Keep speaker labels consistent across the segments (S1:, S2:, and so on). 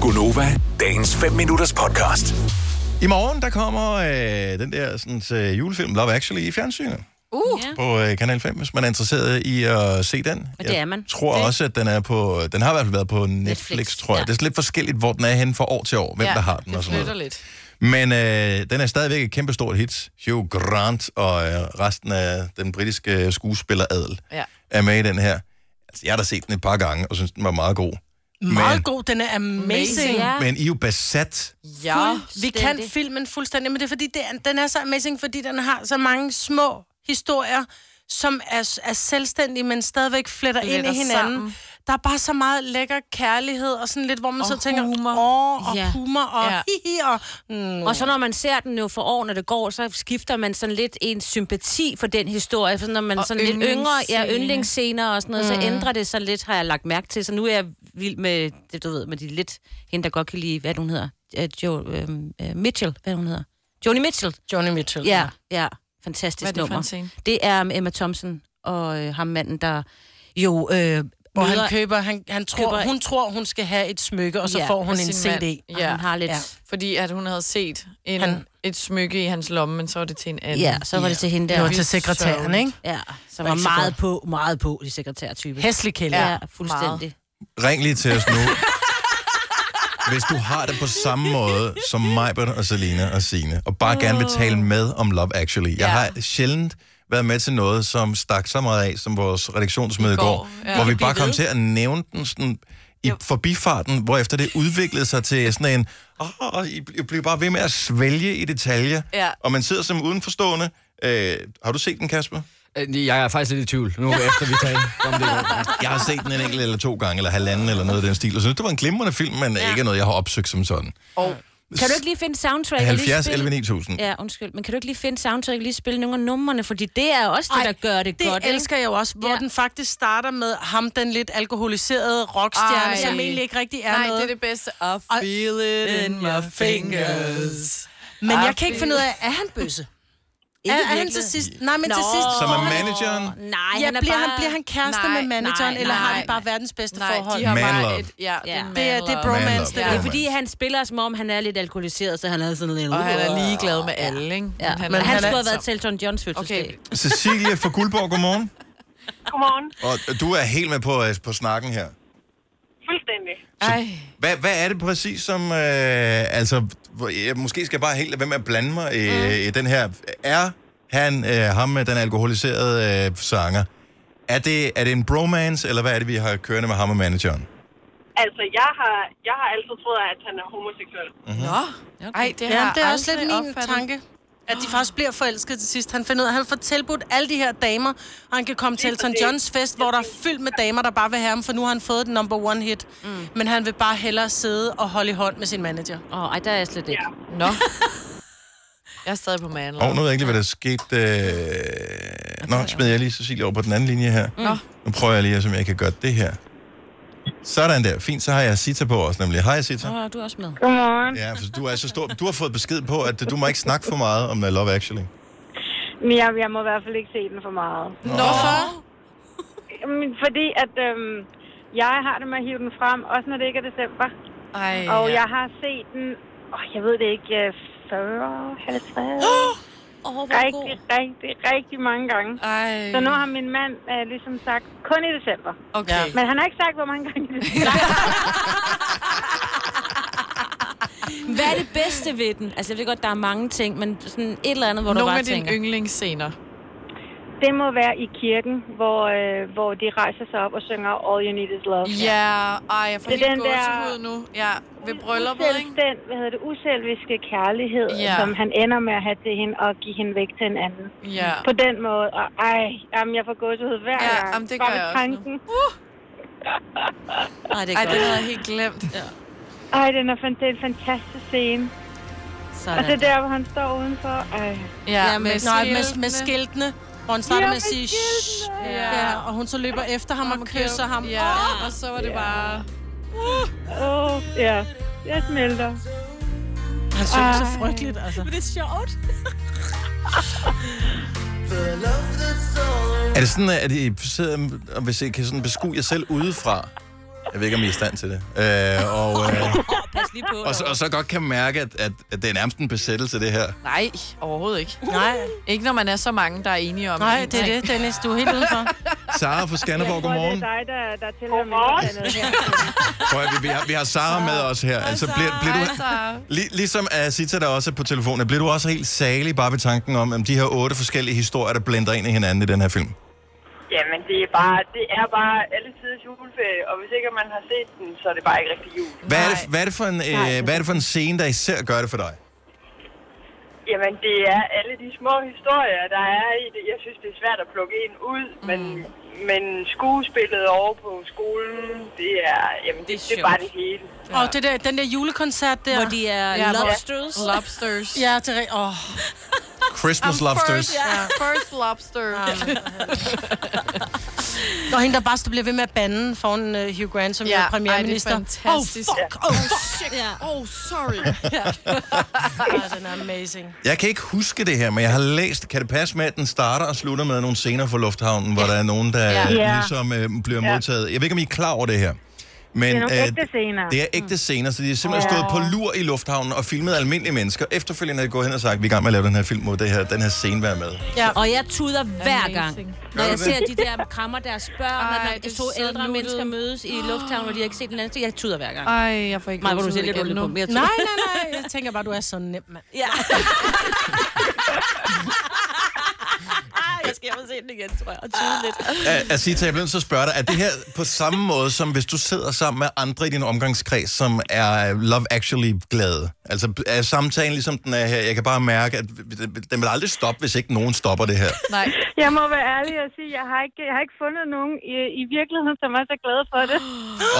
S1: Gunova, dagens 5 minutters podcast.
S2: I morgen, der kommer øh, den der sådan, øh, julefilm Love Actually i fjernsynet
S3: Uh,
S4: Ja.
S2: på øh, Kanal 5, hvis man er interesseret i at se den.
S3: Og det er man.
S2: Jeg tror
S3: Det-
S2: også, at den er på, den har i hvert fald været på Netflix, Netflix
S3: Netflix,
S2: tror jeg. Ja.
S3: ja.
S2: Det er sådan lidt forskelligt, hvor den er henne fra år til år, hvem ja, der har den og
S4: det
S2: sådan noget.
S4: flytter lidt.
S2: Men øh, den er stadigvæk et kæmpestort hit. Hugh Grant og øh, resten af den britiske øh, skuespiller Adel
S4: Ja.
S2: er med i den her. Altså, jeg har da set den et par gange, og synes, den var meget god.
S5: Meget
S2: men,
S5: god, den er amazing.
S3: Ja.
S2: Men I er jo besat.
S4: Ja.
S5: Vi kan
S3: Fuldstændig.
S5: filmen fuldstændig, men det er fordi, det er, den er så amazing, fordi den har så mange små historier, som er, er selvstændige, men stadigvæk fletter ind i
S4: Fletter
S5: hinanden.
S4: sammen.
S5: Sammen. Der er bare så meget lækker kærlighed, og sådan lidt, hvor man
S4: Og
S5: så tænker,
S4: humor.
S5: åh, og
S3: Ja.
S5: humor, og
S4: Ja.
S5: ja. hihi, og... Mm.
S3: Og så når man ser den jo for år, når det går, så skifter man sådan lidt en sympati for den historie. For når man er
S4: Og
S3: sådan lidt yngre, ja,
S4: yndlingsscene.
S3: yndlingsscener og sådan noget, mm. så ændrer det sig lidt, har jeg lagt mærke til. Så nu er jeg vild med, det, du ved, med de lidt, hende der godt kan lide, hvad er det, hun hedder, øh, jo, øh, øh, Mitchell, hvad er det, hun hedder, Joni Mitchell.
S5: Johnny Mitchell.
S3: Ja, ja, fantastisk
S4: Hvad er det for en
S3: nummer.
S4: scene?
S3: det er med Emma Thompson og øh, ham manden, der jo øh,
S5: Hvor
S3: møder-
S5: han køber, han, han tror,
S3: Køber-
S5: køber... hun tror, hun skal have et smykke, og så
S3: Ja,
S5: ja, får hun
S4: med
S5: en CD.
S4: sin mand.
S3: og
S4: Ja.
S3: han har lidt...
S5: Ja.
S4: Fordi at hun havde set en,
S5: Han-
S4: et smykke i hans lomme, men så var det til en anden.
S3: Ja, så var det til hende
S5: Det var
S3: der.
S5: til sekretæren, ikke?
S3: Ja, som
S5: var
S3: var
S5: ikke så
S3: meget på, meget på, de sekretærtype.
S5: Hæslig kælder.
S3: Ja, fuldstændig.
S2: Ring lige til os nu. Hvis du har det på samme måde som Majbert og Selina og Sine, og bare gerne vil tale med om Love Actually. Jeg
S4: Ja.
S2: har sjældent været med til noget, som stak så meget af, som vores redaktionsmøde i
S4: I går,
S2: går,
S4: ja.
S2: hvor vi bare
S4: Blive
S2: kom
S4: ved.
S2: til at nævne den sådan i forbifarten, hvor efter det udviklede sig til sådan en, åh, oh, I bl- I bliver bare ved med at svælge i detaljer,
S4: Ja.
S2: og man sidder som udenforstående. Øh, har du set den, Kasper?
S6: Øh, Jeg er faktisk lidt i tvivl, nu efter vi talte om det. i går.
S2: Jeg har set den en enkelt eller to gange, eller halvanden, eller noget af den stil, og synes, det var en glimrende film, men ja. ikke noget, jeg har opsøgt som sådan.
S3: Kan du ikke lige finde soundtrack?
S2: 70,
S3: og lige
S2: 11,
S3: spille...
S2: 9000. Ja.
S3: Ja, undskyld. Men kan du ikke lige finde soundtrack og lige spille nogle af numrene? Fordi det er også det,
S5: Ej,
S3: der gør det,
S5: Det
S3: godt. ikke?
S5: elsker jeg jo også, hvor
S3: Ja.
S5: ja. den faktisk starter med ham, den lidt alkoholiserede rockstjerne,
S4: Ej.
S5: som egentlig ikke rigtig er
S4: Nej,
S5: noget.
S4: det er det bedste. I feel it in my fingers.
S5: Men jeg
S4: Ej,
S5: kan ikke
S4: det-
S5: finde ud af, er han bøsse? Er,
S3: Ikke
S5: er han
S3: virkelig.
S5: til sidst? Nej, men til
S3: Nå.
S5: sidst
S2: Som er
S5: får han-
S2: manageren.
S3: Nej,
S5: Ja,
S3: han er
S5: bliver,
S3: bare...
S5: han, bliver han kæreste
S4: Nej,
S5: med manageren,
S3: nej,
S5: eller har
S3: nej.
S5: de bare verdens bedste
S4: Nej,
S5: forhold?
S4: de har
S2: Man
S4: bare
S2: love.
S4: et... Ja, det
S3: Ja.
S4: er en
S5: Det er-
S4: man
S5: det er
S4: love.
S5: bromance,
S2: Man love,
S5: det
S3: Det
S5: der.
S3: er
S2: bromance.
S3: fordi, han spiller, som om han er lidt alkoholiseret, så han er sådan lidt...
S4: Og han er ligeglad med alle, ikke?
S3: Ja, men,
S5: Men
S3: han,
S5: han
S3: skulle
S5: er-
S3: have været til Elton Johns fødselsdag.
S4: Okay.
S2: Cecilie fra Guldborg, godmorgen.
S7: Godmorgen.
S2: Og du er helt med på, øh, på snakken her.
S7: Fuldstændig.
S4: Ej,
S2: Hvad, hvad er det præcis, som... Øh, altså, hvor- jeg måske skal jeg bare helt lade være med at blande mig i, mm. i den her... Er han, øh, ham med den alkoholiserede øh, sanger, er det, er det en bromance, eller hvad er det, vi har kørende med ham og manageren?
S7: Altså, jeg har, jeg har altid troet, at han er homoseksuel.
S4: nå. Ej, det har
S5: Ja,
S4: jeg
S5: det er også lidt
S4: aldrig
S5: min
S4: opfattet.
S5: tanke. At de faktisk bliver forelsket til sidst. Han finder ud af, at han får tilbudt alle de her damer, og han kan komme til Elton
S7: præcis.
S5: Johns fest, hvor der er fyldt med damer, der bare vil have ham, for nu har han fået den number one hit. Mm. Men han vil bare hellere sidde og holde i hånd med sin manager.
S3: Åh, oh, ej, der er jeg slet ikke. Ja.
S4: Nå. Jeg er stadig på man
S2: Og
S4: love.
S2: oh, nu ved jeg ikke lige, hvad der skete. Øh... Nå, smed jeg lige Cecilie over på den anden linje her.
S7: Mm.
S4: Nå.
S2: Nu prøver jeg lige, om jeg kan gøre det her. Sådan der. Fint, så har jeg Sita på også nemlig. Hej Sita.
S3: Nå, du er også med.
S7: Godmorgen.
S2: Ja, for du er så stor. Du har fået besked på, at du må ikke snakke for meget om øh, Love Actually.
S7: Men jeg, jeg må i hvert fald ikke se den for meget.
S4: Nå.
S7: Jamen, Fordi at øhm, jeg har det med at hive den frem, også når det ikke er december.
S4: Ej,
S7: Og
S4: ja.
S7: jeg har set den, åh, jeg ved det ikke, øh, 40, 50,
S3: Åh, oh,
S7: rigtig, rigtig, rigtig mange gange.
S4: Ej.
S7: Så nu har min mand øh, ligesom sagt, kun i december.
S4: Okay.
S7: Men han har ikke sagt, hvor mange gange i december.
S3: Hvad er det bedste ved den? Altså, jeg ved godt, der er mange ting, men sådan et eller andet, hvor du
S4: Nogle
S3: bare
S4: af dine
S3: tænker...
S4: yndlingsscener.
S7: Det må være i kirken, hvor, øh, hvor de rejser sig op og synger All You Need Is Love.
S4: Ja, ej, jeg får
S7: Det er
S4: helt
S7: den der-
S4: gåsehud nu. Ja, ved brylluppet, ikke?
S7: Den, hvad hedder det, uselviske kærlighed,
S4: Ja.
S7: ja. som han ender med at have til hende og give hende væk til en anden.
S4: Ja.
S7: På den måde, og ej, jamen, jeg får gåsehud hver
S4: Ja,
S7: gang.
S4: jamen, det
S7: Bare
S4: gør
S7: ved
S4: jeg også
S7: tanken.
S3: Nej, det er
S4: Ej,
S3: godt.
S4: det havde jeg helt glemt. Ja.
S7: Ej, den er, fan- det er en fantastisk scene. Og det
S3: Sådan.
S7: er der, hvor han står udenfor. Ej.
S4: Ja,
S5: nej, med, med skiltene, hvor han starter
S7: Ja,
S5: med at
S7: med
S5: sige...
S7: skiltene.
S5: "Shh", Ja, og hun så løber efter ham og kysser ham.
S4: Ja, og så var det bare...
S7: Åh, ja. Jeg smelter.
S5: Han synger så frygteligt, altså.
S3: Det er sjovt.
S2: Er det sådan, at I sidder og hvis I kan sådan beskue jer selv udefra? Jeg ved ikke, om I er i stand til det. Øh, og, øh,
S3: pas lige på.
S2: Og så, og så godt kan mærke, at, at, at det er nærmest en besættelse, det her.
S4: Nej, overhovedet ikke.
S5: Nej,
S4: Ikke når man er så mange, der er enige om
S5: nej,
S4: en
S5: det er
S4: ting.
S5: det, Dennis. Du er helt udenfor.
S2: Sara fra Skanderborg, godmorgen.
S7: Det er dig, der, der tæller mindretallet her.
S2: Prøv at, vi, vi, har, vi har Sara med os her. Altså, bliver, bliver du,
S4: Hej, Sara.
S2: Lig, ligesom Asita, der også er på telefonen, bliver du også helt salig bare ved tanken om, om de her otte forskellige historier, der blender ind i hinanden i den her film?
S8: Jamen, det er bare, det er bare alle tiders juleferie, og hvis ikke man har set den, så er det bare ikke rigtig jul.
S2: Hvad er det,
S4: Nej.
S2: hvad er det, for, en, øh, hvad er det for en scene, der især gør det for dig?
S8: Jamen, det er alle de små historier, der er i det. Jeg synes, det er svært at plukke en ud, men, men skuespillet over på skolen, det er, jamen, det,
S3: Det er
S8: det, er, det er bare det hele.
S5: Og det der, den der julekoncert der.
S3: Hvor de er
S4: Ja, hvor-
S3: lobsters.
S4: Lobsters.
S5: Ja, det er... Åh,
S2: Christmas I'm Lobsters.
S4: First, yeah. first lobster.
S5: Og hende, der bare bliver ved med at bande foran uh, Hugh Grant, som
S4: Ja,
S5: ja, er
S4: ej,
S5: premierminister.
S4: det er fantastisk.
S5: Oh, fuck, oh, fuck.
S3: Ja.
S4: Oh, sorry.
S5: Ej, den er amazing.
S2: Jeg kan ikke huske det her, men jeg har læst, kan det passe med, at den starter og slutter med nogle scener fra Lufthavnen, hvor der er nogen, der
S7: Ja.
S2: ligesom øh, bliver modtaget. Jeg ved ikke, om I er klar over det her. Men,
S7: Det er nogle
S2: øh,
S7: ægte scener. Mm.
S2: Det er ægte scener, så de har simpelthen stået på lur i lufthavnen og filmet almindelige mennesker. Efterfølgende er de gået hen og sagt, vi er i gang med at lave den her film mod det her, den her scene være med.
S3: Og jeg tuder hver gang, når jeg
S2: det?
S3: ser de der krammer deres børn,
S4: Ej,
S3: Ej, når
S4: det er
S3: de to
S4: så
S3: ældre
S4: nuttet.
S3: mennesker mødes i lufthavnen, og de har ikke set den anden. Jeg tuder hver gang.
S4: Ej, jeg får ikke
S3: Nej, hvor du
S4: gåsehud
S3: ser lidt
S4: igen
S3: ondt
S4: nu.
S3: på mig. Jeg tuder.
S5: Nej, nej, nej. Jeg tænker bare, du er så nem, mand.
S3: Ja. jeg skal hjem og se den igen, tror jeg, og tude lidt.
S2: At sige til, jeg bliver nødt til at spørge dig, er det her på samme måde, som hvis du sidder sammen med andre i din omgangskreds, som er Love Actually-glade? Altså er samtalen ligesom den er her, jeg kan bare mærke, at den vil aldrig stoppe, hvis ikke nogen stopper det her.
S4: Nej.
S7: Jeg må være ærlig og sige, jeg har ikke, jeg har ikke fundet nogen i, i virkeligheden, som er så glade for det.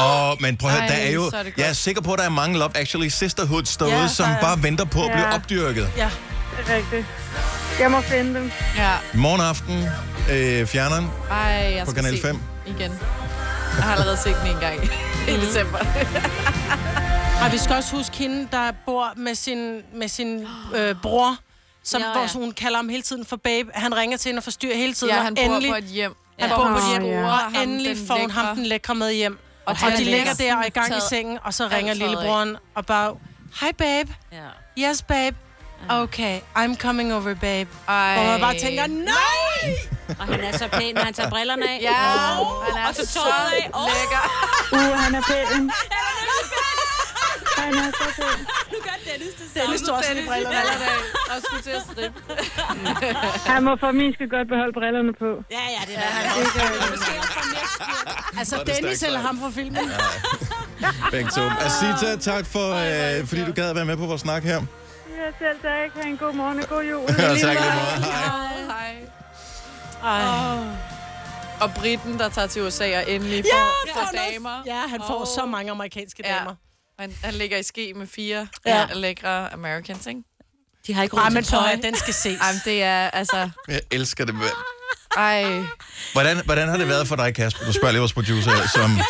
S2: Åh, men prøv at høre,
S4: Ej,
S2: der er jo,
S4: så er det godt.
S2: jeg er sikker på, at der er mange Love Actually Sisterhoods derude,
S5: Ja,
S2: som
S5: der er-
S2: bare venter på at blive
S7: Ja.
S2: opdyrket.
S7: Det er rigtigt. Jeg må finde dem.
S4: Ja.
S2: I morgen aften, øh, fjerneren,
S4: Ej, jeg
S2: På
S4: skal
S2: Kanal
S4: se
S2: 5.
S4: den igen. Jeg har allerede set den en gang i december.
S5: Og vi skal også huske hende, der bor med sin, med sin øh, bror, som,
S3: Ja,
S5: ja,
S3: ja.
S5: ja. Hvor hun kalder ham hele tiden for babe. Han ringer til hende og forstyrrer hele tiden.
S4: Ja,
S5: og
S4: han bor
S5: endelig,
S4: på et hjem.
S5: han
S4: hvor
S5: bor
S4: hun
S5: på et hjem,
S4: scorer ham
S5: og endelig får hun ham
S4: lækre.
S5: den lækre med hjem. Og,
S4: han
S5: og de
S4: er
S5: ligger der og er i gang i
S4: taget
S5: sengen, og så ringer
S4: alt tøjet af.
S5: lillebroren og bare, hej babe,
S3: Ja.
S5: yes babe, okay, I'm coming over babe.
S4: Ej.
S5: Hvor man bare tænker, nej!
S3: Og han er så pæn, når han tager brillerne af.
S4: Ja,
S3: Åh,
S4: han er
S3: og så
S4: så
S3: tåret af. Åh,
S4: lækker.
S7: Uh, han er pæn. Han er så pæn.
S3: nu gør Dennis det samme.
S5: Dennis tog også lige brillerne af.
S4: Og skulle til at strippe.
S7: Han må for min skal godt beholde brillerne på.
S3: Ja, ja, det er det. Han er også pæn. Måske også får mere skjort.
S5: Altså
S2: det
S5: Dennis
S2: stærkt
S5: eller
S2: sagt.
S5: ham fra filmen.
S2: begge to. Asita, tak for, øh, fordi du gad at være med på vores snak her.
S7: Ja, selv tak. Ha' en god morgen og god jul.
S2: Ja, tak lige måde. Hej.
S4: Hej.
S5: Ej.
S4: Og Britten, der tager til USA og endelig får, ja, får damer.
S5: Ja, han får
S4: Åh.
S5: så mange amerikanske
S4: Ja.
S5: damer.
S4: Han, han ligger i ske med fire
S5: Ja.
S4: ja. lækre Americans, ikke?
S3: De har ikke
S5: Nej,
S3: råd
S5: men
S3: til
S5: prøv
S3: tøj.
S5: at høre, den skal ses.
S4: Ej, men det er altså...
S2: Jeg elsker det.
S4: Ej.
S2: Hvordan, hvordan har det været for dig, Kasper? Du spørger lige vores producer, her, som...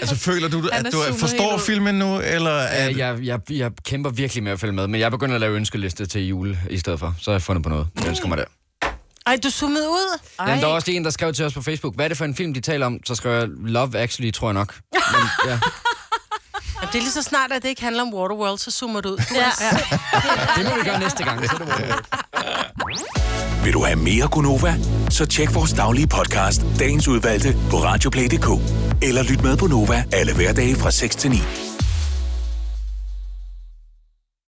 S2: Altså, føler du, at
S4: Han er
S2: du
S4: zoomet
S2: forstår
S4: helt ud.
S2: filmen nu, eller at...
S6: Jeg, Øh, jeg, jeg, jeg kæmper virkelig med at følge med, men jeg begynder at lave ønskeliste til jul i stedet for. Så har jeg fundet på noget, jeg ønsker mig der.
S5: Ej, du zoomede ud.
S6: Ja, men der var også lige en, der skrev til os på Facebook, hvad er det for en film, de taler om? Så skrev jeg Love Actually, tror jeg nok. Men, ja.
S5: Jamen, det er lige så snart, at det ikke handler om Waterworld, så zoomer du ud. Du ja.
S6: Det må vi gøre næste gang. Så er det var
S1: Vil du have mere Gunova? Så tjek vores daglige podcast, dagens udvalgte, på radioplay.dk. Eller lyt med på Nova alle hverdage fra 6 til 9.